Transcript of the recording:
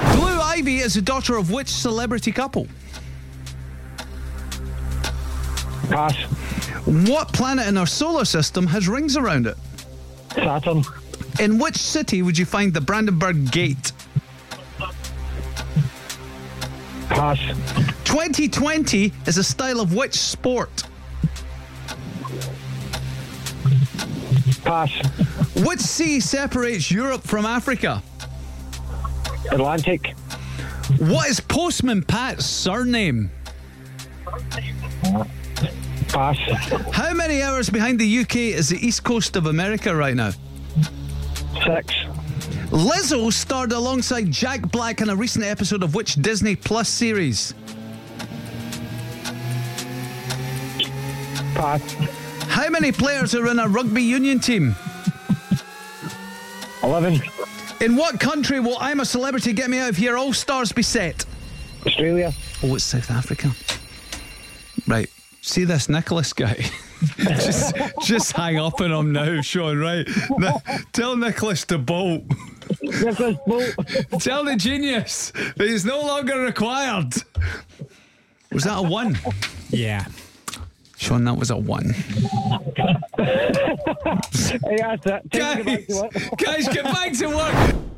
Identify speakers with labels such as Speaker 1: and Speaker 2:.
Speaker 1: Ivy is the daughter of which celebrity couple?
Speaker 2: Pass.
Speaker 1: What planet in our solar system has rings around it?
Speaker 2: Saturn.
Speaker 1: In which city would you find the Brandenburg Gate?
Speaker 2: Pass.
Speaker 1: 2020 is a style of which sport?
Speaker 2: Pass.
Speaker 1: Which sea separates Europe from Africa?
Speaker 2: Atlantic.
Speaker 1: What is Postman Pat's surname?
Speaker 2: Pass.
Speaker 1: How many hours behind the UK is the east coast of America right now?
Speaker 2: Six.
Speaker 1: Lizzo starred alongside Jack Black in a recent episode of which Disney Plus series?
Speaker 2: Pass.
Speaker 1: How many players are in a rugby union team?
Speaker 2: Eleven.
Speaker 1: In what country will I'm a Celebrity Get Me Out of Here All Stars be set?
Speaker 2: Australia.
Speaker 1: Oh, it's South Africa. Right. See this Nicholas guy? just, just hang up on him now, Sean, right? Now, tell Nicholas to bolt.
Speaker 2: Nicholas Bolt.
Speaker 1: Tell the genius that he's no longer required. Was that a one?
Speaker 3: Yeah.
Speaker 1: Sean, that was a one.
Speaker 2: Hey, that's it. Take it back to
Speaker 1: Guys,
Speaker 2: work.
Speaker 1: guys, get back to work.